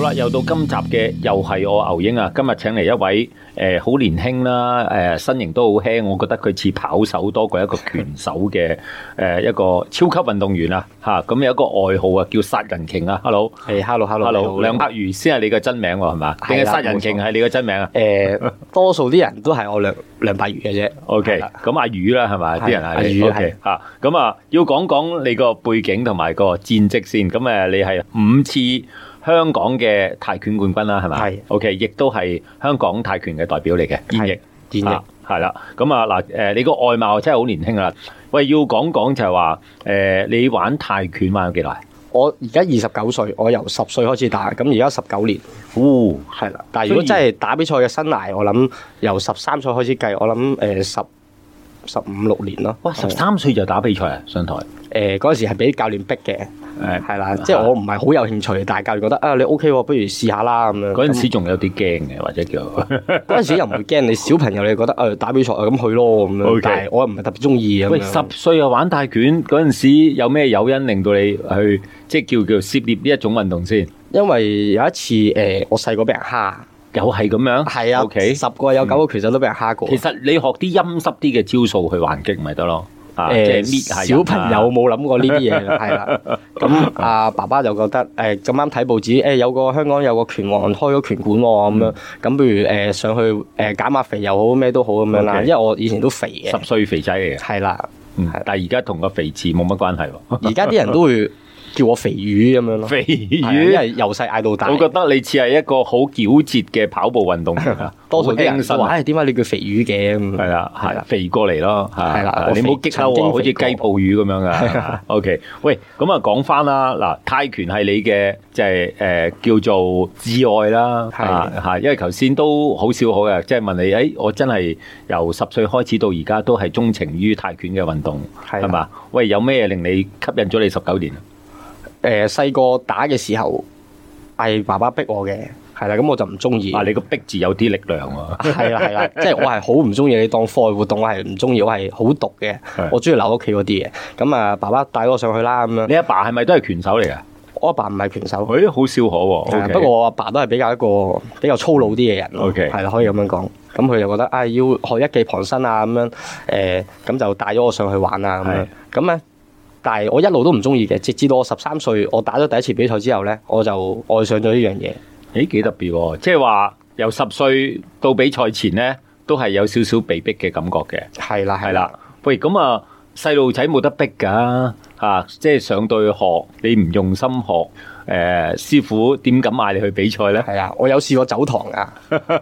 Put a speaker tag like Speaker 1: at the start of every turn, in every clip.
Speaker 1: 啦，又到今集嘅又係我牛英啊！今日請嚟一位誒好、年輕啦，誒、呃身形都好輕，我覺得佢似跑手多過一個拳手嘅誒、呃一個超級運動員啊！嚇、咁有一個外號啊，叫殺人鯨啊！Hello。
Speaker 2: 係 hello hello
Speaker 1: Hello，梁柏如先係你嘅真名喎，係嘛？定係
Speaker 2: 係啦
Speaker 1: 殺人鯨係你嘅真名啊
Speaker 2: 誒，多數啲人都係我 梁梁柏如嘅啫。係
Speaker 1: ？OK，
Speaker 2: 啦
Speaker 1: 咁阿魚啦，係咪？啲人
Speaker 2: 係阿
Speaker 1: 係你
Speaker 2: 魚
Speaker 1: OK 嚇，咁啊，要講講你個背景同埋個戰績先。咁誒，你係五次香港嘅泰拳冠軍啦，係咪？
Speaker 2: 係
Speaker 1: OK，亦都係香港泰拳嘅代表嚟嘅，現役。
Speaker 2: 演繹
Speaker 1: 系啦，咁啊嗱，誒你個外貌真係好年輕啊！喂，要講講就係話，誒你玩泰拳玩咗幾耐？
Speaker 2: 我而家二十九歲，我由十歲開始打，咁而家十九年
Speaker 1: 哦，
Speaker 2: 係啦。但係如果
Speaker 1: 所
Speaker 2: 真
Speaker 1: 以
Speaker 2: 係打比賽嘅生涯，我諗由十三歲開始計，我諗誒十十五六年咯。
Speaker 1: 哇，十三歲就打比賽啊，上台
Speaker 2: 誒嗰陣時係俾教練逼嘅，
Speaker 1: 誒
Speaker 2: 係啦，即係我唔係好有興趣，但係教練覺得啊你 OK 喎，不如試下啦咁樣。
Speaker 1: 嗰陣時
Speaker 2: 咁
Speaker 1: 仲有啲驚嘅，或者叫
Speaker 2: 嗰陣時又唔會驚，你小朋友你覺得啊打比賽啊咁去咯咁
Speaker 1: OK
Speaker 2: 樣，但係我又唔係特別中意咁
Speaker 1: 喂
Speaker 2: 樣
Speaker 1: 十歲就玩泰拳嗰陣時，有咩誘因令到你去即係叫叫涉獵呢一種運動先？
Speaker 2: 因為有一次誒我細個俾人蝦。
Speaker 1: 又係咁樣？
Speaker 2: 係啊
Speaker 1: o k
Speaker 2: 十個有九個其實都俾人蝦過。
Speaker 1: 其實你學啲陰濕啲嘅招數去還擊咪得咯，啊，即係搣下
Speaker 2: 誒
Speaker 1: 人
Speaker 2: 小
Speaker 1: 啊
Speaker 2: 朋友冇諗過呢啲嘢啦，係啦。咁阿爸爸就覺得誒咁啱睇報紙，誒有個香港有個拳王開咗拳館喎，咁樣咁不如誒上去誒減下肥又好咩都好咁樣啦，
Speaker 1: OK
Speaker 2: 因為我以前都肥嘅，
Speaker 1: 十歲肥仔嚟嘅，
Speaker 2: 係啦。
Speaker 1: 嗯
Speaker 2: 係
Speaker 1: 但係而家同個肥字冇乜關係 喎。
Speaker 2: 而家啲人都會叫我肥魚咁樣咯，
Speaker 1: 肥
Speaker 2: 係啊因
Speaker 1: 魚，
Speaker 2: 為由細嗌到大，
Speaker 1: 我，覺得你似係一個好矯捷嘅跑步運動員啊
Speaker 2: 多數啲人
Speaker 1: 好輕身
Speaker 2: 都話：，誒點解你叫肥魚嘅？咁
Speaker 1: 係啦，係
Speaker 2: 嗯係
Speaker 1: 啦
Speaker 2: 啦，
Speaker 1: 肥過嚟咯，係
Speaker 2: 係啦
Speaker 1: 啊
Speaker 2: 我
Speaker 1: 你唔
Speaker 2: 肥
Speaker 1: 好激嬲
Speaker 2: 曾經
Speaker 1: 我，好似雞
Speaker 2: 肥過啊
Speaker 1: 泡魚咁樣噶。OK，喂，咁啊講翻啦，嗱，泰拳係你嘅就係誒叫做至愛啦，
Speaker 2: 係
Speaker 1: 啊嚇，因為頭先都好少好嘅，即係問你，誒，我真係由十歲開始到而家都係鍾情於泰拳嘅運動，
Speaker 2: 係啦
Speaker 1: 係嘛？喂，有咩令你吸引咗你十九年啊？
Speaker 2: 誒呃細個打嘅時候係爸爸逼我嘅，係啦，咁我就唔中意。
Speaker 1: 啊，你個逼字有啲力量喎。
Speaker 2: 係啦係啦，即係我係好唔中意你當課外活動，我係唔中意，我係好毒嘅
Speaker 1: 係，
Speaker 2: 我中意留喺屋企嗰啲嘢。咁啊，爸爸帶我上去啦咁樣。
Speaker 1: 你阿爸係咪都係拳手嚟噶？
Speaker 2: 我阿爸唔係拳手，
Speaker 1: 佢好少可喎、
Speaker 2: 係啊
Speaker 1: OK
Speaker 2: 不過我阿爸都係比較一個比較粗魯啲嘅人咯
Speaker 1: OK
Speaker 2: 係啦，可以咁樣講。咁佢就覺得啊，要學一技傍身啊咁樣，誒、咁就帶咗我上去玩啊咁樣。咁咧，但係我一路都唔中意嘅，直至到我十三歲，我打咗第一次比賽之後咧，我就愛上咗呢樣嘢。
Speaker 1: 咦幾特別喎、即係話由十歲到比賽前呢，都係有少少被逼嘅感覺嘅，
Speaker 2: 係啦
Speaker 1: 係啦。。喂，咁啊，細路仔冇得逼㗎，啊，即係上到去學，你唔用心學，誒、師傅點敢嗌你去比賽呢？
Speaker 2: 係啊，我有試過走堂 啊，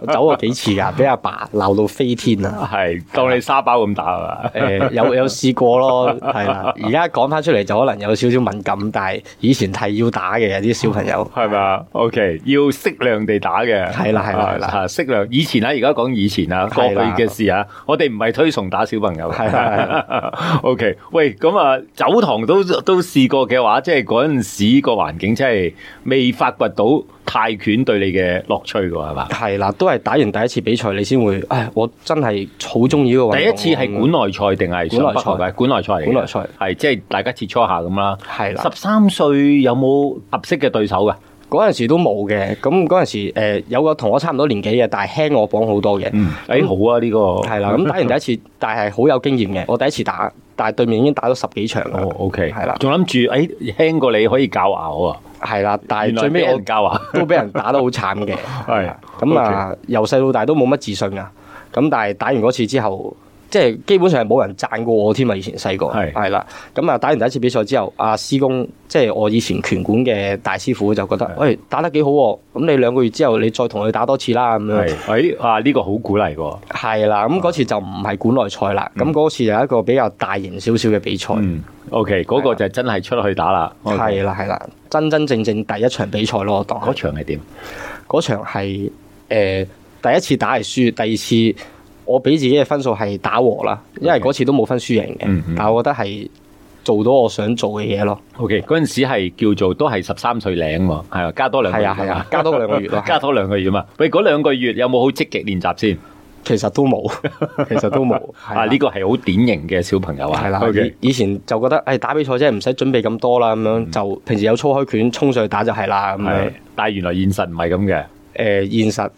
Speaker 2: 我走過幾次噶，俾阿爸鬧到飛 天啊！
Speaker 1: 係當你沙包咁打啊！
Speaker 2: 誒、有有試過咯，係啦。而家講翻出嚟就可能有少少敏感，但係以前係要打嘅啲小朋友。
Speaker 1: 係咪啊？OK，要適量地打嘅，
Speaker 2: 係啦係啦係啦
Speaker 1: 啊適量。以前啊，而家講以前啊，過
Speaker 2: 係
Speaker 1: 去
Speaker 2: 啦
Speaker 1: 嘅事啊，我哋唔係推崇打小朋友。啊
Speaker 2: 係啦係
Speaker 1: OK，喂，咁啊，走堂都都試過嘅話，即係嗰陣時個環境真係未發掘到泰拳對你嘅樂趣嘅喎係嘛？
Speaker 2: 係啦，都係打完第一次比賽你先會，唉，我真係好中意呢個運動
Speaker 1: 第一次係館內賽定係上北
Speaker 2: 館內
Speaker 1: 學嘅？館內賽嚟嘅，
Speaker 2: 館內賽
Speaker 1: 係即係大家切磋下咁啦。
Speaker 2: 係啦
Speaker 1: 十，三歲有冇合適嘅對手㗎？
Speaker 2: 嗰陣時都冇嘅。咁嗰陣時、誒有個同我差唔多年紀嘅，但係輕我磅好多嘅。
Speaker 1: 嗯，誒好啊呢個
Speaker 2: 係啦，咁打完第一次，但係好有經驗嘅。我第一次打，但係對面已經打咗十幾場啦。
Speaker 1: 哦，OK，
Speaker 2: 係啦
Speaker 1: 仲諗住誒輕過你可以教咬啊，
Speaker 2: 係啦，但
Speaker 1: 原
Speaker 2: 係
Speaker 1: 來
Speaker 2: 最尾
Speaker 1: 俾
Speaker 2: 我
Speaker 1: 人教啊，
Speaker 2: 都俾人打得好慘嘅。
Speaker 1: 係
Speaker 2: 啊咁啊，由細到大都冇乜自信啊。咁但係打完嗰次之後，即係基本上係冇人讚過我添啊！以前細個
Speaker 1: 係
Speaker 2: 係啦，咁啊打完第一次比賽之後，阿師公即係我以前拳館嘅大師傅就覺得，喂打得幾好喎！咁你兩個月之後你再同佢打多次啦咁樣。
Speaker 1: 係，誒啊呢個好鼓勵喎，
Speaker 2: 係啦，咁嗰次就唔係館內賽啦，咁嗰次就係一個比較大型少少嘅比賽。
Speaker 1: 嗯，OK，嗰個就真係出去打啦，
Speaker 2: 係啦係啦，真真正正第一場比賽咯，我當係
Speaker 1: 嗰場係點？
Speaker 2: 嗰場係誒、第一次打係輸，第二次我俾自己嘅分數係打和啦，因為
Speaker 1: OK
Speaker 2: 嗰次都冇分輸贏嘅，
Speaker 1: 嗯嗯
Speaker 2: 但係我覺得係做到我想做嘅嘢咯，
Speaker 1: OK，嗰陣時係叫做都係十三歲零喎，係啊，加多兩個
Speaker 2: 係
Speaker 1: 月
Speaker 2: 啊係
Speaker 1: 嘛 ，
Speaker 2: 啊，加多兩個月咯
Speaker 1: 加多兩個月嘛。喂，嗰兩個月有冇好積極練習先？
Speaker 2: 其實都 冇，其實都冇。係
Speaker 1: 啊，呢個係好典型嘅小朋友啊。
Speaker 2: 系啦，
Speaker 1: OK 嗯
Speaker 2: 以以前就覺得誒打比賽啫，唔使準備咁多啦，咁樣就平時有操開拳衝上去打就係啦，咁樣
Speaker 1: 係，但係原來現實唔係咁嘅。
Speaker 2: 呃誒現實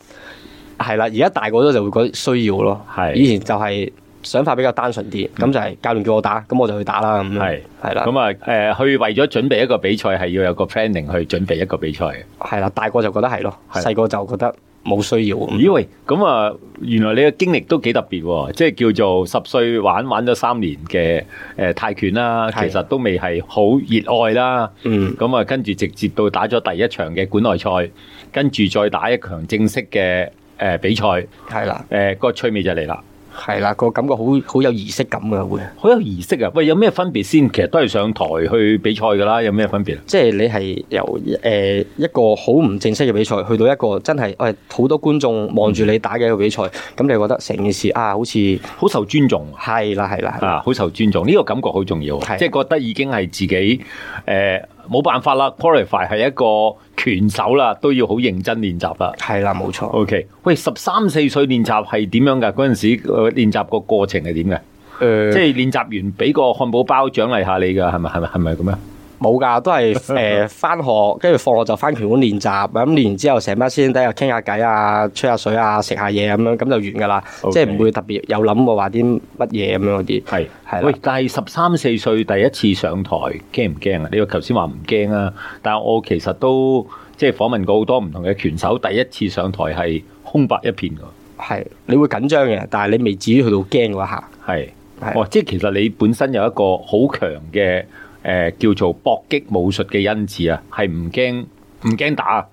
Speaker 2: 係啦，而家大個咗就會覺得需要咯。
Speaker 1: 係嗯
Speaker 2: 以前就係想法比較單純啲，咁就係教練叫我打，咁我就去打啦，咁樣
Speaker 1: 係
Speaker 2: 係啦，
Speaker 1: 咁啊，誒，去為咗準備一個比賽係要有個 planning 去準備一個比賽嘅。
Speaker 2: 係啦，大個就覺得係咯，
Speaker 1: 係
Speaker 2: 細個就覺得冇需要咁。
Speaker 1: 咦喂，咁啊，原來你嘅經歷都幾特別喎，即係叫做十歲玩玩咗三年嘅誒泰拳啦，其
Speaker 2: 係
Speaker 1: 實都未係好熱愛啦。
Speaker 2: 嗯，
Speaker 1: 咁啊，跟住直接到打咗第一場嘅館內賽，跟住再打一場正式嘅誒比賽，誒、
Speaker 2: 係啦，
Speaker 1: 個趣味就嚟啦，
Speaker 2: 係啦，個感覺好好有儀式感嘅會。
Speaker 1: 好有儀式啊！喂，有咩分別先？其實都係上台去比賽噶啦，有咩分別啊？
Speaker 2: 即係你係由誒、呃一個好唔正式嘅比賽，去到一個真係誒好多觀眾望住你打嘅一個比賽，咁、你覺得成件事啊，好似
Speaker 1: 好受尊重啊
Speaker 2: 係啦係啦，係啦
Speaker 1: 啊，好受尊重，呢、個感覺好重要啊，
Speaker 2: 係
Speaker 1: 即係覺得已經係自己誒冇、辦法啦，qualify 係一個拳手啦，都要好認真練習啦。
Speaker 2: 係啦，冇錯。
Speaker 1: OK，喂，十三四歲練習係點樣㗎？嗰陣時呃練習個過程係點嘅？
Speaker 2: 誒
Speaker 1: 即
Speaker 2: 即係
Speaker 1: 係練習完俾個漢堡包獎勵下你㗎，係咪係咪係咪咁樣？
Speaker 2: 冇㗎，都係誒翻學，跟住放學就翻拳館練習，咁練完之後成班師兄弟又傾下偈啊，吹下水啊，食下嘢咁樣，咁就完㗎啦。
Speaker 1: OK
Speaker 2: 即係唔會特別有諗過話啲乜嘢咁樣嗰啲。
Speaker 1: 係
Speaker 2: 係啦
Speaker 1: 喂，但係十三四歲第一次上台，驚唔驚啊？你話頭先話唔驚啊，但係我其實都即係訪問過好多唔同嘅拳手，第一次上台係空白一片㗎。
Speaker 2: 係你會緊張嘅，但係你未至於去到驚嗰一下。
Speaker 1: 係，
Speaker 2: 係
Speaker 1: 哦，即係其實你本身有一個好強嘅誒叫做搏擊武術嘅因子啊，係唔驚唔驚打啊。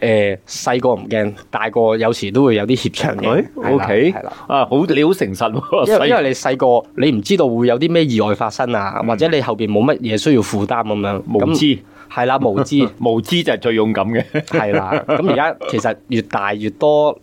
Speaker 2: 誒細個唔驚，大個有時都會有啲怯場嘅。
Speaker 1: O
Speaker 2: 係
Speaker 1: K，
Speaker 2: 啦係啦，
Speaker 1: 啊，好，你好誠實喎，
Speaker 2: 因為
Speaker 1: 細
Speaker 2: 因為你細個你唔知道會有啲咩意外發生啊，或者你後邊冇乜嘢需要負擔咁樣。
Speaker 1: 無
Speaker 2: 咁
Speaker 1: 知，
Speaker 2: 係 啦，無知
Speaker 1: 無知就係最勇敢嘅。
Speaker 2: 係啦。咁而家其實越大越多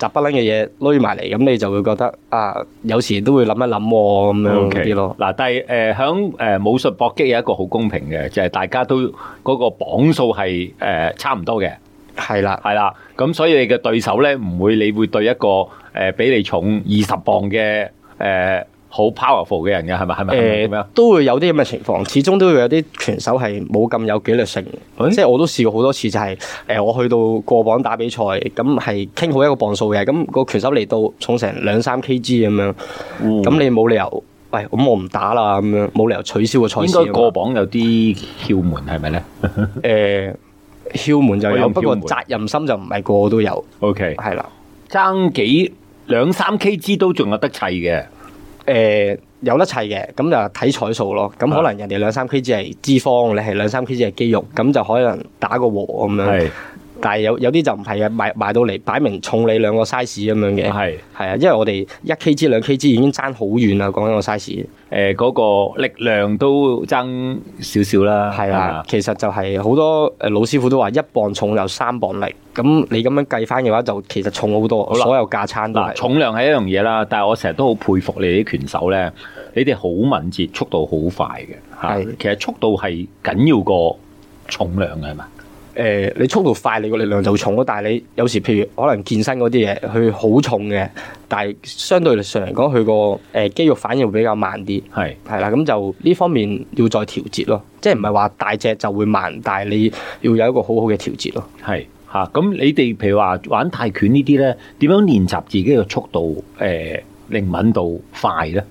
Speaker 2: 雜不楞嘅嘢攏埋嚟，咁你就會覺得啊，有時都會諗一諗喎咁樣嗰
Speaker 1: 嗯 OK
Speaker 2: 啲咯。
Speaker 1: 嗱，但係誒響誒武術搏擊有一個好公平嘅，就係、大家都嗰個磅數係誒差唔多嘅，
Speaker 2: 係啦，
Speaker 1: 係啦。咁所以你嘅對手咧唔會，你會對一個誒、比你重二十磅嘅誒、好 powerful 嘅人嘅，係咪？係咪？係咪咁樣啊
Speaker 2: 誒？都會有啲咁嘅情況，始終都會有啲拳手係冇咁有紀律性
Speaker 1: 誒
Speaker 2: 嘅，即係我都試過好多次，就係誒我去到過磅打比賽，咁係傾好一個磅數嘅，咁個拳手嚟到重成兩三 Kg 咁樣，
Speaker 1: 嗯
Speaker 2: 咁你冇理由，喂，咁我唔打啦咁樣，冇理由取消個賽
Speaker 1: 應
Speaker 2: 事啊嘛。
Speaker 1: 該過磅有啲竅門係咪咧
Speaker 2: 誒竅門就
Speaker 1: 我有
Speaker 2: 哦有，不過
Speaker 1: 竅門
Speaker 2: 責任心就唔係個個都有，
Speaker 1: ？OK，
Speaker 2: 係啦，
Speaker 1: 爭幾兩三 kg 都仲有得砌嘅，
Speaker 2: 誒。呃有得砌嘅，咁就睇彩數咯。咁可能人哋兩三 Kg 係脂肪，你係兩三 Kg 係肌肉，咁就可能打個和咁樣。
Speaker 1: 係
Speaker 2: 但係有有啲就唔係嘅，賣賣到嚟擺明重你兩個 size 咁樣嘅，係
Speaker 1: 係
Speaker 2: 啊，因為我哋一 kg 兩 kg 已經爭好遠啦，講緊個 size
Speaker 1: 誒嗰個力量都爭少少啦，
Speaker 2: 係
Speaker 1: 啊
Speaker 2: 啊，，其實就係好多誒老師傅都話一磅重就三磅力，咁你咁樣計翻嘅話就其實重好多，
Speaker 1: 啦
Speaker 2: 所有架撐都
Speaker 1: 嗱，
Speaker 2: 係
Speaker 1: 重量係一樣嘢啦，但係我成日都好佩服你啲拳手咧，你哋好敏捷，速度好快嘅嚇
Speaker 2: 係。
Speaker 1: 其實速度係緊要過重量嘅係咪？
Speaker 2: 誒呃你速度快，你個力量就重咯，但係你有時譬如可能健身嗰啲嘢，佢好重嘅，但係相對上嚟講，佢個呃誒肌肉反應會比較慢啲。
Speaker 1: 係
Speaker 2: 係啦，咁就呢方面要再調節咯，即係唔係話大隻就會慢，但係你要有一個好好嘅調節咯。
Speaker 1: 係嚇。咁你哋譬如話玩泰拳呢啲咧，點樣練習自己嘅速度誒靈敏度快咧？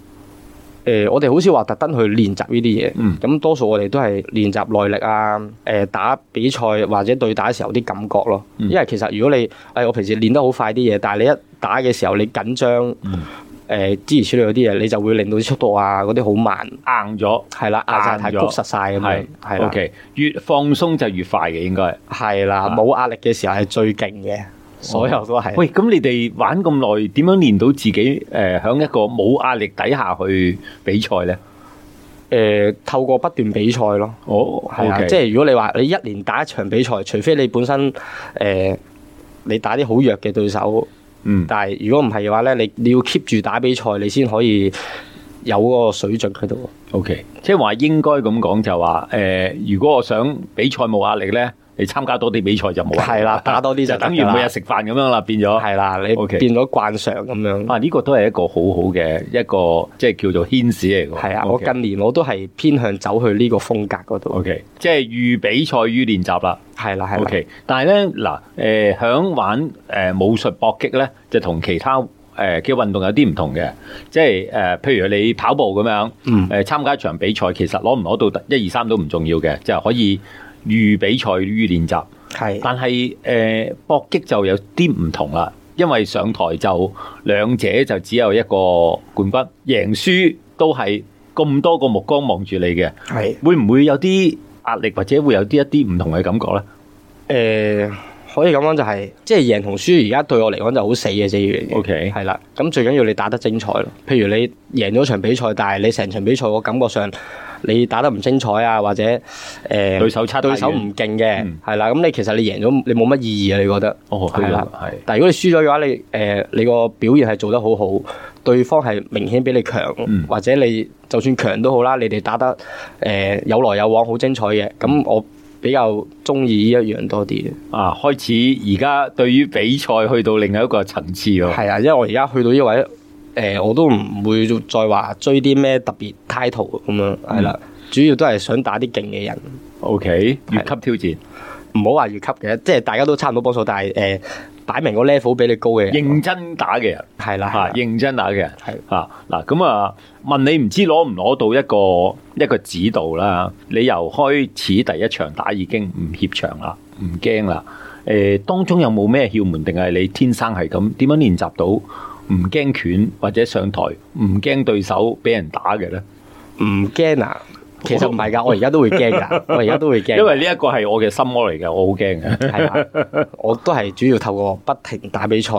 Speaker 2: 誒、呃我哋好少話特登去練習呢啲嘢，
Speaker 1: 嗯
Speaker 2: 咁、多數我哋都係練習耐力啊，誒、打比賽或者對打嘅時候啲感覺咯。
Speaker 1: 嗯
Speaker 2: 因為其實如果你誒、呃我平時練得好快啲嘢，但係你一打嘅時候你緊張，誒、
Speaker 1: 嗯
Speaker 2: 諸如此類嗰啲嘢，你就會令到啲速度啊嗰啲好慢，
Speaker 1: 硬咗。
Speaker 2: 係啦，壓晒太
Speaker 1: 硬
Speaker 2: 谷
Speaker 1: 啊咗
Speaker 2: 實晒咁樣
Speaker 1: 係，
Speaker 2: 係啦，
Speaker 1: OK，越放鬆就越快嘅應該。
Speaker 2: 係啦，冇壓力嘅時候係最勁嘅，所有都係。
Speaker 1: 喂，咁你哋玩咁耐，點樣練到自己誒喺一個冇壓力底下去比賽咧？
Speaker 2: 誒、呃透過不斷比賽咯，
Speaker 1: 哦，
Speaker 2: 係啊
Speaker 1: OK
Speaker 2: 即係如果你話你一年打一場比賽，除非你本身誒、呃你打啲好弱嘅對手，
Speaker 1: 嗯
Speaker 2: 但係如果唔係嘅話咧，你你要 keep 住打比賽，你先可以有嗰個水準喺度。
Speaker 1: ，OK，即係話應該咁講就話誒、呃如果我想比賽冇壓力咧，你參加多啲比賽就冇啊。
Speaker 2: 係啦打多啲就
Speaker 1: 就
Speaker 2: 得㗎啦
Speaker 1: 等於每日食飯咁樣啦，變咗。
Speaker 2: 係啦，你
Speaker 1: OK
Speaker 2: 變咗慣常咁樣。
Speaker 1: 啊，呢個都係一個好好嘅一個即係叫做牽使嚟㗎。
Speaker 2: 係啊，我
Speaker 1: OK
Speaker 2: 近年我都係偏向走去呢個風格嗰度。
Speaker 1: OK，即係預比賽於練習啦。
Speaker 2: 係啦，係
Speaker 1: O
Speaker 2: 啦。
Speaker 1: K，但係咧嗱，誒、呃響玩誒、武術搏擊咧，就同其他誒嘅運動有啲唔同嘅，即係誒、呃譬如你跑步咁樣，誒、呃
Speaker 2: 嗯
Speaker 1: 參加一場比賽，其實攞唔攞到一二三都唔重要嘅，就係可以預比賽於練習。
Speaker 2: 係
Speaker 1: 但係誒、搏擊就有啲唔同啦，因為上台就兩者就只有一個冠軍，贏輸都係咁多個目光望住你嘅，
Speaker 2: 係。
Speaker 1: 會唔會有啲壓力或者會有啲一啲唔同嘅感覺咧？
Speaker 2: 誒、呃可以咁講就係、即係贏同輸，而家對我嚟講就好死嘅啫。呢樣嘢
Speaker 1: OK
Speaker 2: 係啦。咁最緊要你打得精彩咯。譬如你贏咗場比賽，但係你成場比賽我感覺上你打得唔精彩啊，或者誒、
Speaker 1: 對手差太遠
Speaker 2: 對手唔勁嘅
Speaker 1: 嗯，
Speaker 2: 係啦、咁你其實你贏咗，你冇乜意義啊？你覺得？
Speaker 1: 哦，
Speaker 2: 係啦
Speaker 1: 係
Speaker 2: 但係如果你輸咗嘅話，你誒、你個表現係做得好好，對方係明顯比你強，
Speaker 1: 嗯
Speaker 2: 或者你就算強都好啦，你哋打得誒、有來有往，好精彩嘅。
Speaker 1: 嗯
Speaker 2: 咁我比較中意呢一樣多啲嘅。
Speaker 1: 啊，開始而家對於比賽去到另外一個層次咯。
Speaker 2: 係啊，因為我而家去到呢位，誒、我都唔會再話追啲咩特別 title 咁樣，係啦，
Speaker 1: 嗯
Speaker 2: 主要都係想打啲勁嘅人，
Speaker 1: O K，越級挑戰，
Speaker 2: 唔好話越級嘅，即係大家都差唔多幫手，但係誒擺明個 level 比你高嘅人，
Speaker 1: 認真打嘅人
Speaker 2: 係啦，
Speaker 1: 嚇，
Speaker 2: 係啦
Speaker 1: 認真打嘅人
Speaker 2: 係
Speaker 1: 嚇。嗱咁啊，問你唔知攞唔攞到一個一個指導啦？你由開始第一場打已經唔怯場啦，唔驚啦。誒，當中有冇咩竅門定係你天生係咁？點樣練習到唔驚拳或者上台唔驚對手俾人打嘅咧？
Speaker 2: 唔驚啊！其實唔係㗎，我而家都會 驚㗎，我而家都會驚，
Speaker 1: 因為呢一個係我嘅心魔嚟嘅，我好驚 嘅。
Speaker 2: 係啦，我都係主要透過不停打比賽，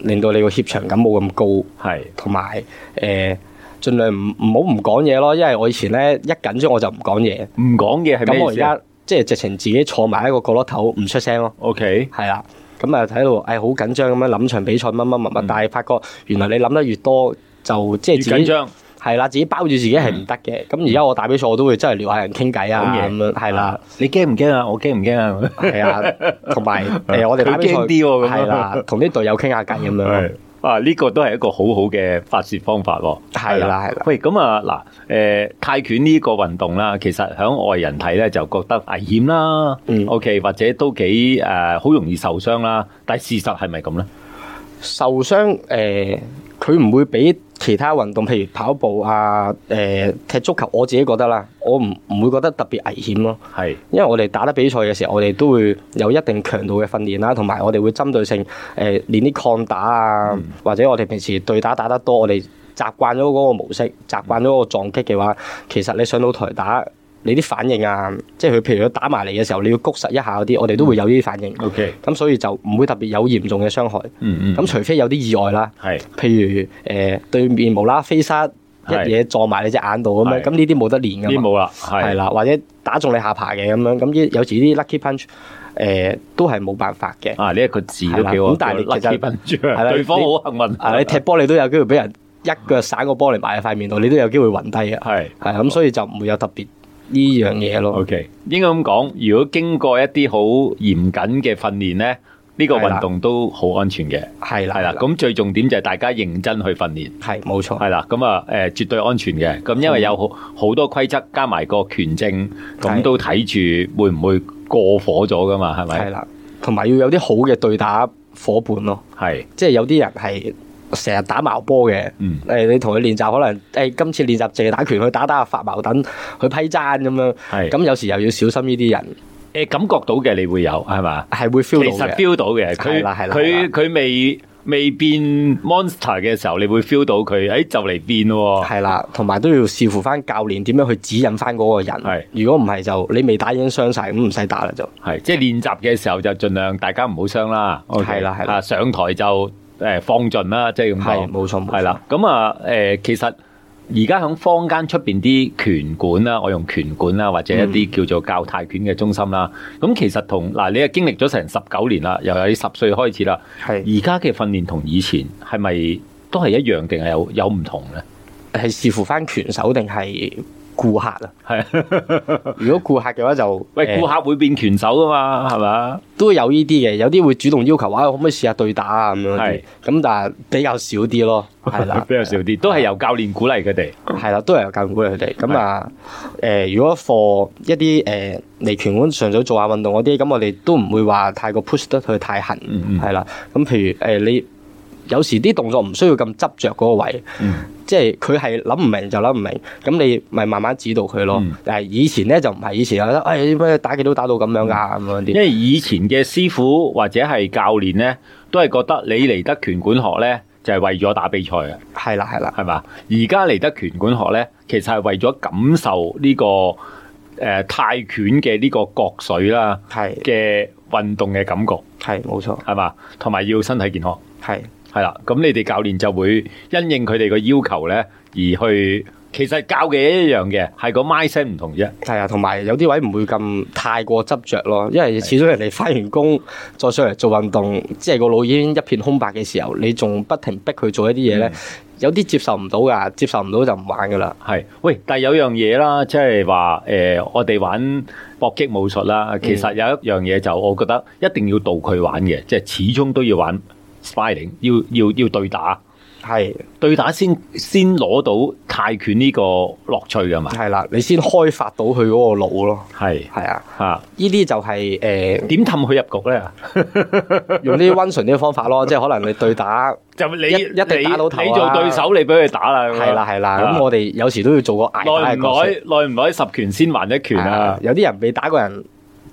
Speaker 2: 令到你個怯場感冇咁高。
Speaker 1: 係。
Speaker 2: 同埋誒，儘量唔唔好唔講嘢咯，因為我以前咧一緊張我就唔講嘢，
Speaker 1: 唔講嘅係咩
Speaker 2: 咁我而
Speaker 1: 意思啊
Speaker 2: 家即係直情自己坐埋喺個角落頭唔出聲咯，
Speaker 1: ？OK，
Speaker 2: 係啦。咁啊喺度，誒好緊張咁樣諗場比賽乜乜乜乜，但係發覺原來你諗得越多就
Speaker 1: 嗯
Speaker 2: 即
Speaker 1: 越
Speaker 2: 係自
Speaker 1: 緊
Speaker 2: 己
Speaker 1: 張啊
Speaker 2: 係啦，自己包住自己係唔得嘅。咁而家我打比賽我都會真係撩下人傾偈
Speaker 1: 嗯講
Speaker 2: 啊
Speaker 1: 嘢
Speaker 2: 咁樣，係啦。，
Speaker 1: 你驚唔驚啊？我驚唔驚啊？
Speaker 2: 係啊，同埋誒我哋打比賽
Speaker 1: 佢驚啲喎咁樣
Speaker 2: 係啦，同啲隊友傾下偈咁樣，
Speaker 1: 係 啊，呢個都係一個好好嘅發泄方法喎。
Speaker 2: 係啦係啦，
Speaker 1: 喂，咁啊嗱，誒泰拳呢個運動啦，其實喺外人睇咧就覺得危險啦
Speaker 2: 嗯
Speaker 1: ，OK，或者都幾誒好容易受傷啦。但係事實係咪咁咧？
Speaker 2: 受傷誒，佢唔會比其他運動，譬如跑步啊、誒踢足球，我自己覺得啦，我唔唔會覺得特別危險咯。
Speaker 1: 係
Speaker 2: 因為我哋打得比賽嘅時候，我哋都會有一定強度嘅訓練啦，同埋我哋會針對性誒練啲抗打啊，
Speaker 1: 嗯
Speaker 2: 或者我哋平時對打打得多，我哋習慣咗嗰個模式，習慣咗嗰個撞擊嘅話，其實你上到台打，你啲反應啊，即係佢譬如佢打埋嚟嘅時候，你要谷實一下嗰啲，我哋都
Speaker 1: 嗯
Speaker 2: 會有呢啲反應。
Speaker 1: OK，
Speaker 2: 咁所以就唔會特別有嚴重嘅傷害。
Speaker 1: 嗯嗯，
Speaker 2: 咁除非有啲意外啦，
Speaker 1: 係
Speaker 2: 譬如誒、呃、對面無啦啦飛沙一
Speaker 1: 係
Speaker 2: 嘢撞埋你隻眼度咁
Speaker 1: 係
Speaker 2: 樣，咁呢啲冇得練
Speaker 1: 呢
Speaker 2: 㗎嘛。
Speaker 1: 冇啦，
Speaker 2: 係
Speaker 1: 係
Speaker 2: 啦，或者打中你下巴嘅咁樣，咁啲有時啲 lucky punch 誒、都係冇辦法嘅。
Speaker 1: 啊，呢一個字都
Speaker 2: 係啦
Speaker 1: 幾好，
Speaker 2: 咁但係你其實
Speaker 1: 其
Speaker 2: 係
Speaker 1: 啊
Speaker 2: 啦
Speaker 1: 對方
Speaker 2: 你
Speaker 1: 好幸運，
Speaker 2: 啊，你踢波你都有機會俾人一腳散個波嚟埋喺塊面度，你都有機會暈低嘅。
Speaker 1: 係。
Speaker 2: 係咁，所以就唔會有特別呢樣嘢咯。
Speaker 1: O K，應該咁講，如果經過一啲好嚴謹嘅訓練咧，呢、個
Speaker 2: 係啦
Speaker 1: 運動都好安全嘅，
Speaker 2: 係啦，
Speaker 1: 係啦。咁最重點就係大家認真去訓練，
Speaker 2: 係冇錯，
Speaker 1: 係啦。咁啊，誒、絕對安全嘅。咁因為有好好多規則，加埋個權證，咁
Speaker 2: 係
Speaker 1: 都睇住會唔會過火咗噶嘛？係
Speaker 2: 係
Speaker 1: 咪？
Speaker 2: 啦，同埋要有啲好嘅對打伙伴咯。
Speaker 1: 係，
Speaker 2: 即係有啲人係成日打矛波嘅，誒、
Speaker 1: 嗯
Speaker 2: 你同佢練習可能誒、今次練習淨係打拳，去打打下發矛盾，去批爭咁樣，
Speaker 1: 係。咁
Speaker 2: 咁有時又要小心呢啲人
Speaker 1: 誒感覺到嘅，你會有係嘛？
Speaker 2: 係會
Speaker 1: 其
Speaker 2: feel 到
Speaker 1: 實
Speaker 2: 嘅，
Speaker 1: feel 到嘅，佢
Speaker 2: 係啦係啦
Speaker 1: 佢
Speaker 2: 係啦
Speaker 1: 佢未未變 monster 嘅時候，你會 feel 到佢，誒、就嚟變喎。
Speaker 2: 係啦，同埋都要視乎翻教練點樣去指引翻嗰個
Speaker 1: 係
Speaker 2: 人。如果唔係就你未打已經傷晒，咁唔使打啦就。
Speaker 1: 系，即系练习嘅時候就盡量大家唔好傷啦。OK，
Speaker 2: 係啦係啦
Speaker 1: 啊上台就诶放盡啦，即係咁
Speaker 2: 係
Speaker 1: 講。
Speaker 2: 冇錯冇錯
Speaker 1: 係啦，咁啊诶，誒其實而家喺坊間出边啲拳館啦，我用拳館啦，或者一
Speaker 2: 嗯
Speaker 1: 啲叫做教泰拳嘅中心啦。咁、其實同嗱，你係啊經歷咗成十九年啦，由你十歲開始啦，
Speaker 2: 係
Speaker 1: 而家嘅訓練同以前係咪都係一樣定係有有唔同咧？
Speaker 2: 係視乎翻拳手定係顧客啊。
Speaker 1: 係。
Speaker 2: 如果顧客嘅話就
Speaker 1: 喂，
Speaker 2: 誒
Speaker 1: 顧客會變拳手㗎嘛，係咪啊？
Speaker 2: 都有呢啲嘅，有啲會主動要求話，啊可唔可以試下對打啊咁樣嗰啲。
Speaker 1: 係。
Speaker 2: 咁但係比較少啲咯，係啦
Speaker 1: 比較少啲，都係由教練鼓勵佢哋。
Speaker 2: 係啦，都係有教練鼓勵佢哋。咁啊，誒、如果課一啲誒嚟拳館純粹做下運動嗰啲，咁我哋都唔會話太過 push 得佢太痕，
Speaker 1: 嗯嗯
Speaker 2: 係啦、咁譬如誒、你有時啲動作唔需要咁執着嗰個位，
Speaker 1: 嗯
Speaker 2: 即係佢係諗唔明就諗唔明，咁你咪慢慢指導佢咯。
Speaker 1: 嗯
Speaker 2: 但係以前咧就唔係，以前有得誒咩打幾都打到咁樣㗎啊咁樣啲。
Speaker 1: 因為以前嘅師傅或者係教練呢，都係覺得你嚟得拳館學呢，就係為咗打比賽嘅。啊
Speaker 2: 係啦，係啦，
Speaker 1: 系嘛？而家嚟得拳館學咧，其實係為咗感受呢、個个呃泰拳嘅呢個角水啦
Speaker 2: 係
Speaker 1: 嘅運動嘅感覺，
Speaker 2: 係冇錯，
Speaker 1: 係嘛？同埋要身體健康，
Speaker 2: 係
Speaker 1: 係啦。咁你哋教練就會因應佢哋個要求咧，而去其實教嘅一樣嘅，係個 mindset 唔同啫。
Speaker 2: 係啊，同埋有啲位唔會咁太過執着咯，因為始終人哋翻完工再上嚟做運動，即係個腦已經一片空白嘅時候，你仲不停逼佢做一啲嘢咧，有啲接受唔到㗎，接受唔到就唔玩㗎啦。
Speaker 1: 係，喂，但係有樣嘢啦，即係話誒，我哋玩搏擊武術啦，其實有一樣嘢就我覺得一定要導佢玩嘅，即係始終都要玩 sparring，要要要對打，
Speaker 2: 係
Speaker 1: 對打先先攞到泰拳呢個樂趣噶嘛，
Speaker 2: 係啦，你先開發到佢嗰個腦咯。
Speaker 1: 係
Speaker 2: 係啊，
Speaker 1: 嚇
Speaker 2: 呢啲就係、誒、
Speaker 1: 點氹佢入局咧？
Speaker 2: 用啲温順啲嘅方法咯，即係可能你對 打
Speaker 1: 就你
Speaker 2: 一一定打到頭啊
Speaker 1: 你你做對手，你俾佢打啦，咁樣
Speaker 2: 係啦係啦，
Speaker 1: 啊
Speaker 2: 咁我哋有時都要做個捱打
Speaker 1: 耐
Speaker 2: 嘅角色。
Speaker 1: 唔耐耐唔耐十拳先還一拳啊！
Speaker 2: 有啲人未打過人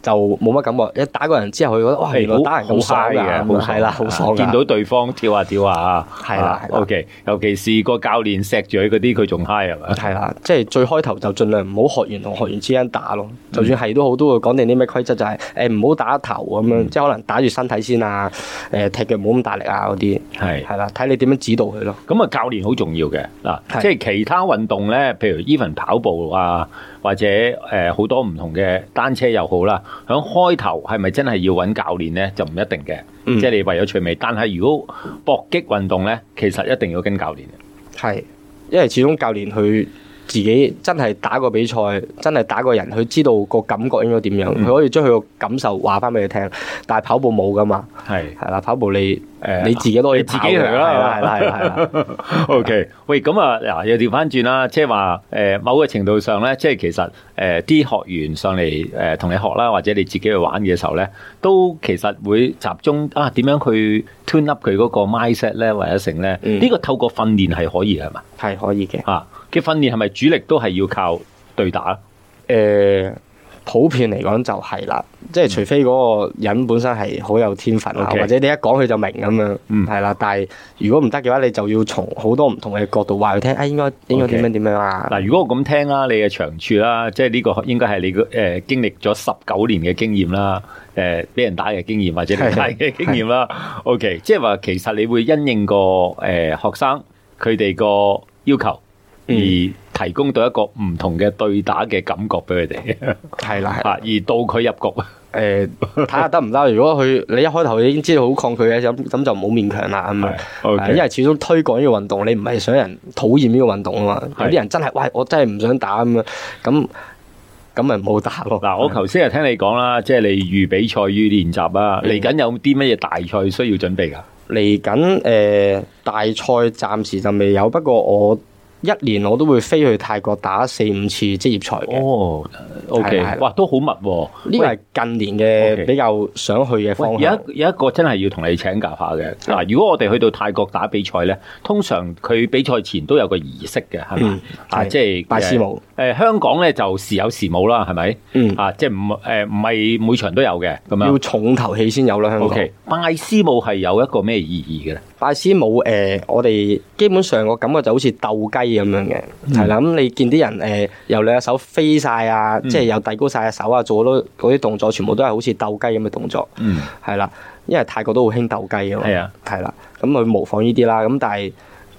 Speaker 2: 就冇乜感覺，一打過人之後，佢覺得哇，
Speaker 1: 係
Speaker 2: 原來打人咁爽
Speaker 1: high
Speaker 2: 㗎，
Speaker 1: 好啊
Speaker 2: 係啦，好爽㗎。
Speaker 1: 見到對方跳下跳下，
Speaker 2: 係啦係啦
Speaker 1: o k 尤其是個教練錫住佢嗰啲，佢仲 high 係咪？
Speaker 2: 係啦，即係最開頭就盡量唔好學員同學員之間打咯，
Speaker 1: 嗯
Speaker 2: 就算係都好，都會講定啲咩規則，就係誒唔好打頭咁
Speaker 1: 嗯
Speaker 2: 樣，即係可能打住身體先啊，誒踢腳冇咁大力啊嗰啲，
Speaker 1: 係
Speaker 2: 係啦，睇你點樣指導佢咯。
Speaker 1: 咁啊，教練好重要嘅嗱，
Speaker 2: 係
Speaker 1: 即係其他運動咧，譬如 even 跑步啊，或者誒好多唔同嘅單車又好啦，響開頭係咪真係要揾教練咧？就唔一定嘅，
Speaker 2: 嗯
Speaker 1: 即係你為咗趣味。但係如果搏擊運動咧，其實一定要跟教練嘅，
Speaker 2: 係，因為始終教練佢自己真係打過比賽，真係打過人，佢知道個感覺應該點樣，
Speaker 1: 嗯
Speaker 2: 佢、可以將佢個感受話翻俾你聽。但係跑步冇噶嘛，
Speaker 1: 係。
Speaker 2: 係啦，跑步你、
Speaker 1: 誒
Speaker 2: 你自己都可
Speaker 1: 啊
Speaker 2: 以
Speaker 1: 你自己
Speaker 2: 跑㗎
Speaker 1: 去啦
Speaker 2: 係啦係啦係啦係啦。
Speaker 1: O K，喂，咁啊，嗱，又調翻轉啦，即係話誒，某個程度上咧，即係其實誒啲學員上嚟誒同你學啦，或者你自己去玩嘅時候咧，都其實會集中啊點樣去 tune up 佢嗰個 mindset 咧，或者成咧，
Speaker 2: 嗯
Speaker 1: 呢個透過訓練係可以 嘅係嘛？
Speaker 2: 係可以嘅。誒、
Speaker 1: 啊，嘅訓練係咪主力都係要靠對打？
Speaker 2: 普遍嚟講就係啦，即係除非嗰個人本身係好有天分啊
Speaker 1: OK
Speaker 2: 或者你一講佢就明咁樣，
Speaker 1: 嗯
Speaker 2: 係啦、但係如果唔得嘅話，你就要從好多唔同嘅角度話佢聽，啊應該應該點樣點樣啊。
Speaker 1: 嗱，如果我咁聽啦，你嘅長處啦，即係呢個應該係你個誒、呃、經歷咗十九年嘅經驗啦，誒、俾人打嘅經驗或者你打嘅經驗啦。OK，即係話其實你會因應個誒、呃、學生佢哋個要求，而
Speaker 2: 嗯
Speaker 1: 提供到一個唔同嘅對打嘅感覺俾佢哋，
Speaker 2: 係啦係啦
Speaker 1: 啊，而到佢入局。
Speaker 2: 誒睇下得唔得？如果佢你一開頭已經知道好抗拒嘅，咁咁就唔好勉強啦咁樣
Speaker 1: 係。，OK
Speaker 2: 啊因為始終推廣呢個運動，你唔係想人討厭呢個運動啊嘛。
Speaker 1: 係
Speaker 2: 有啲人真係，喂，我真係唔想打咁樣，咁咁咪唔好打咯。
Speaker 1: 嗱，我頭先係聽你講啦，即係你預比賽與練習啊，
Speaker 2: 嗯
Speaker 1: 嚟緊有啲乜嘢大賽需要準備㗎？
Speaker 2: 嚟緊誒大賽暫時就未有，不過我一年我都會飛去泰國打四五次職業賽嘅。
Speaker 1: 哦
Speaker 2: 係
Speaker 1: ，OK，
Speaker 2: 啦係啦
Speaker 1: 哇，都好密喎、
Speaker 2: 呢個係近年
Speaker 1: OK
Speaker 2: 嘅比較想去嘅
Speaker 1: 喂
Speaker 2: 方向。
Speaker 1: 有一有一個真係要同你請教下嘅嗱，如果我哋去到泰國打比賽咧，通常佢比賽前都有個儀式嘅，係咪
Speaker 2: 嗯？
Speaker 1: 啊，
Speaker 2: 係
Speaker 1: 即係呃
Speaker 2: 拜師舞。
Speaker 1: 誒誒香港咧就時有時冇啦，係咪？
Speaker 2: 嗯
Speaker 1: 啊，即係唔誒唔係每場都有嘅咁
Speaker 2: 要
Speaker 1: 樣。
Speaker 2: 重頭戲先有啦，香港。
Speaker 1: O.K. 拜師舞係有一個咩意義嘅咧？
Speaker 2: 拜師舞誒、呃我哋基本上個感覺就好似鬥雞咁樣嘅，
Speaker 1: 嗯
Speaker 2: 係啦、咁你見啲人誒、呃由兩隻手飛晒啊，
Speaker 1: 嗯
Speaker 2: 即係又遞高晒隻手啊，做好多嗰啲動作，全部都係好似鬥雞咁嘅動作，
Speaker 1: 嗯，
Speaker 2: 係啦。因為泰國都好興鬥雞啊嘛，
Speaker 1: 係啊，
Speaker 2: 係啦。咁佢模仿呢啲啦，咁但係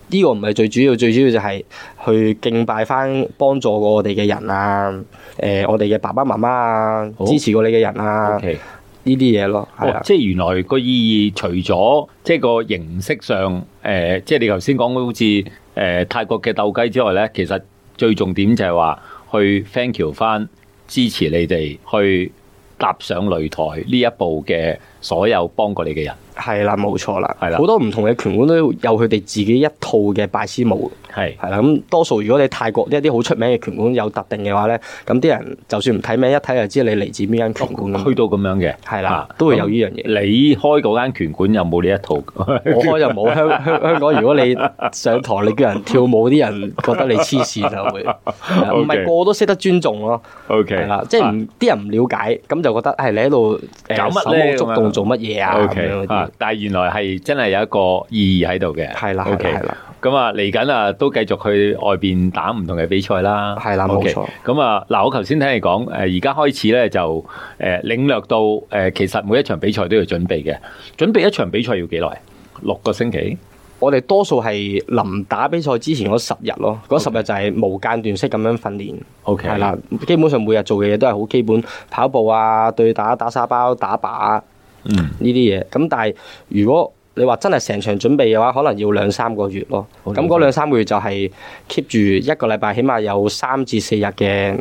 Speaker 2: 呢個唔係最主要，最主要就係去敬拜翻幫助過我哋嘅人啊，誒、我哋嘅爸爸媽媽啊
Speaker 1: 好，
Speaker 2: 支持過你嘅人啊，
Speaker 1: O.K.
Speaker 2: 呢啲嘢咯，係
Speaker 1: 哦
Speaker 2: 啊，
Speaker 1: 即係原來個意義除咗即係個形式上誒，即係你頭先講好似誒泰國嘅鬥雞之外咧，其實最重點就係話去 thank you 翻支持你哋去踏上擂台呢一步嘅所有幫過你嘅人。
Speaker 2: 係啦，冇錯啦，
Speaker 1: 係啦
Speaker 2: 好多唔同嘅拳館都有佢哋自己一套嘅拜師舞。
Speaker 1: 係
Speaker 2: 係啦，咁多數如果你泰國一啲好出名嘅拳館有特定嘅話咧，咁啲人就算唔睇名，一睇就知你嚟自邊間拳館
Speaker 1: 去
Speaker 2: 咁。
Speaker 1: 到咁樣嘅，
Speaker 2: 係啦
Speaker 1: 哦啊
Speaker 2: 都會有呢樣 嘢
Speaker 1: 咁你開嗰間拳館有冇呢一套？
Speaker 2: 我開就冇香香香港，如果你上堂你叫人跳舞，啲人覺得你黐線就會， 係啦唔
Speaker 1: OK
Speaker 2: 係個個都識得尊重咯。
Speaker 1: O K，
Speaker 2: 係啦，即係唔啲人唔了解，咁就覺得係哎你喺度誒
Speaker 1: 啊搞
Speaker 2: 手
Speaker 1: 乜咧
Speaker 2: 舞足動做乜嘢啊
Speaker 1: O
Speaker 2: 咁樣
Speaker 1: K
Speaker 2: 嗰啲
Speaker 1: 啊，但係原來係真係有一個意義喺度嘅。
Speaker 2: 係啦，
Speaker 1: O
Speaker 2: 係啦
Speaker 1: K，
Speaker 2: 係啦，
Speaker 1: 咁啊嚟緊啊都繼續去外邊打唔同嘅比賽啦。
Speaker 2: 係啦，冇
Speaker 1: OK，
Speaker 2: 錯，
Speaker 1: 咁啊，嗱，我頭先聽你講，誒而家開始咧就誒領略到誒、呃其實每一場比賽都要準備嘅。準備一場比賽要幾耐？六個星期。
Speaker 2: 我哋多數係臨打比賽之前嗰十日咯，嗰十日就係無間斷式咁樣訓練，
Speaker 1: O K，
Speaker 2: 係啦，基本上每日做嘅嘢都係好基本，跑步啊、對打、打沙包、打靶
Speaker 1: 嗯，
Speaker 2: 呢啲嘢。咁但係如果你話真係成場準備嘅話，可能要兩三個月咯。
Speaker 1: 好
Speaker 2: 咁
Speaker 1: 兩
Speaker 2: 嗰兩三個月就係 keep 住一個禮拜，起碼有三至四日嘅誒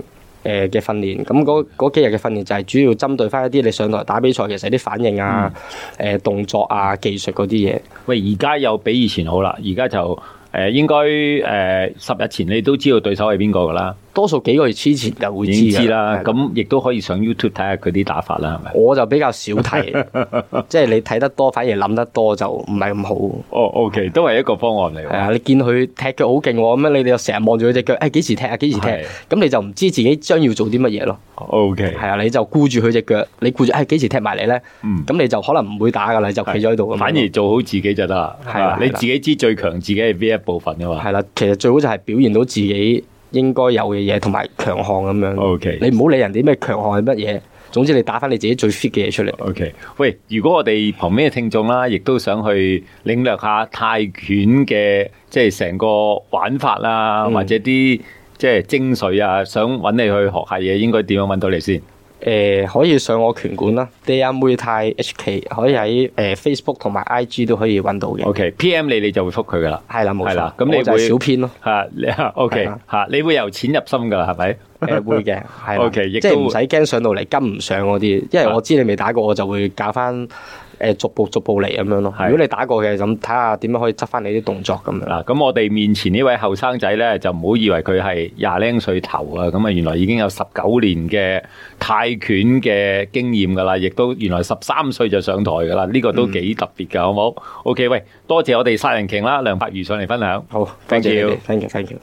Speaker 2: 嘅訓練。咁嗰嗰幾日嘅訓練就係主要針對翻一啲你上台打比賽嘅時候啲反應啊、誒、動作啊、技術嗰啲嘢。
Speaker 1: 喂，而家又比以前好啦，而家就誒、呃、應該誒、呃十日前你都知道對手係邊個噶啦，
Speaker 2: 多數幾個月之前就會
Speaker 1: 已經
Speaker 2: 知
Speaker 1: 知
Speaker 2: 㗎
Speaker 1: 啦。
Speaker 2: 係
Speaker 1: 咁亦都可以上 YouTube 睇下佢啲打法啦，係咪？
Speaker 2: 我就比較 少睇，即係你睇得多，反而諗得多就唔係咁好。
Speaker 1: 哦，O K，都係一個方案嚟
Speaker 2: 係
Speaker 1: 喎。
Speaker 2: 啊，你見佢踢腳好勁喎，咁樣你哋又成日望住佢只腳，誒、幾時踢啊？幾時踢？
Speaker 1: 係
Speaker 2: 咁你就唔知自己將要做啲乜嘢咯。
Speaker 1: O K，
Speaker 2: 係啊，你就顧住佢只腳，你顧住哎誒幾時踢埋嚟咧？
Speaker 1: 嗯。
Speaker 2: 咁你就可能唔會打噶啦，你就企咗喺度咁樣。
Speaker 1: 反而做好自己就得啦，啊
Speaker 2: 係啦
Speaker 1: 你
Speaker 2: 係啦
Speaker 1: 自己知最強自己係邊一部分噶啊嘛
Speaker 2: 係啦，其實最好就係表現到自己應該有嘅嘢同埋強項咁樣。
Speaker 1: ？O K，
Speaker 2: 你唔好理人哋咩強項係乜嘢，總之你打翻你自己最 fit 嘅嘢出嚟。
Speaker 1: O、k 喂，如果我哋旁邊嘅聽眾啦，亦都想去領略下泰拳嘅即係成個玩法啦，
Speaker 2: 嗯
Speaker 1: 或者啲即係精髓啊，想揾你去學下嘢，應該點樣揾到你先？
Speaker 2: 誒、呃可以上我拳館啦 d a y a m u a Thai HK，可以喺誒、Facebook 同埋 IG 都可以揾到嘅。
Speaker 1: OK，PM 你你就會覆佢噶啦。
Speaker 2: 係啦，冇
Speaker 1: 係啦
Speaker 2: 錯。
Speaker 1: 咁你
Speaker 2: 我就係
Speaker 1: 會
Speaker 2: 小編咯。
Speaker 1: 嚇你 OK
Speaker 2: 係啊
Speaker 1: 嚇，你會由淺入深噶啦，係咪？
Speaker 2: 誒呃會嘅，係啦
Speaker 1: OK，亦
Speaker 2: 即係
Speaker 1: 都
Speaker 2: 唔使驚上到嚟跟唔上嗰啲，因為
Speaker 1: 啊
Speaker 2: 我知你未打過，我就會教翻誒逐步逐步嚟咁樣咯。
Speaker 1: 係
Speaker 2: 如果你打過嘅，咁睇下點樣可以執翻你啲動作咁樣。
Speaker 1: 嗱，啊咁我哋面前呢位後生仔咧，就唔好以為佢係廿零歲頭啊，咁啊原來已經有十九年嘅泰拳嘅經驗噶啦，亦都原來十三歲就上台噶啦，呢、個都幾特別噶，好唔好？OK，喂，多謝我哋殺人鯨啦，梁柏如上嚟分享。
Speaker 2: 好，多
Speaker 1: Thank
Speaker 2: 謝你
Speaker 1: you
Speaker 2: 哋，thank you，thank you。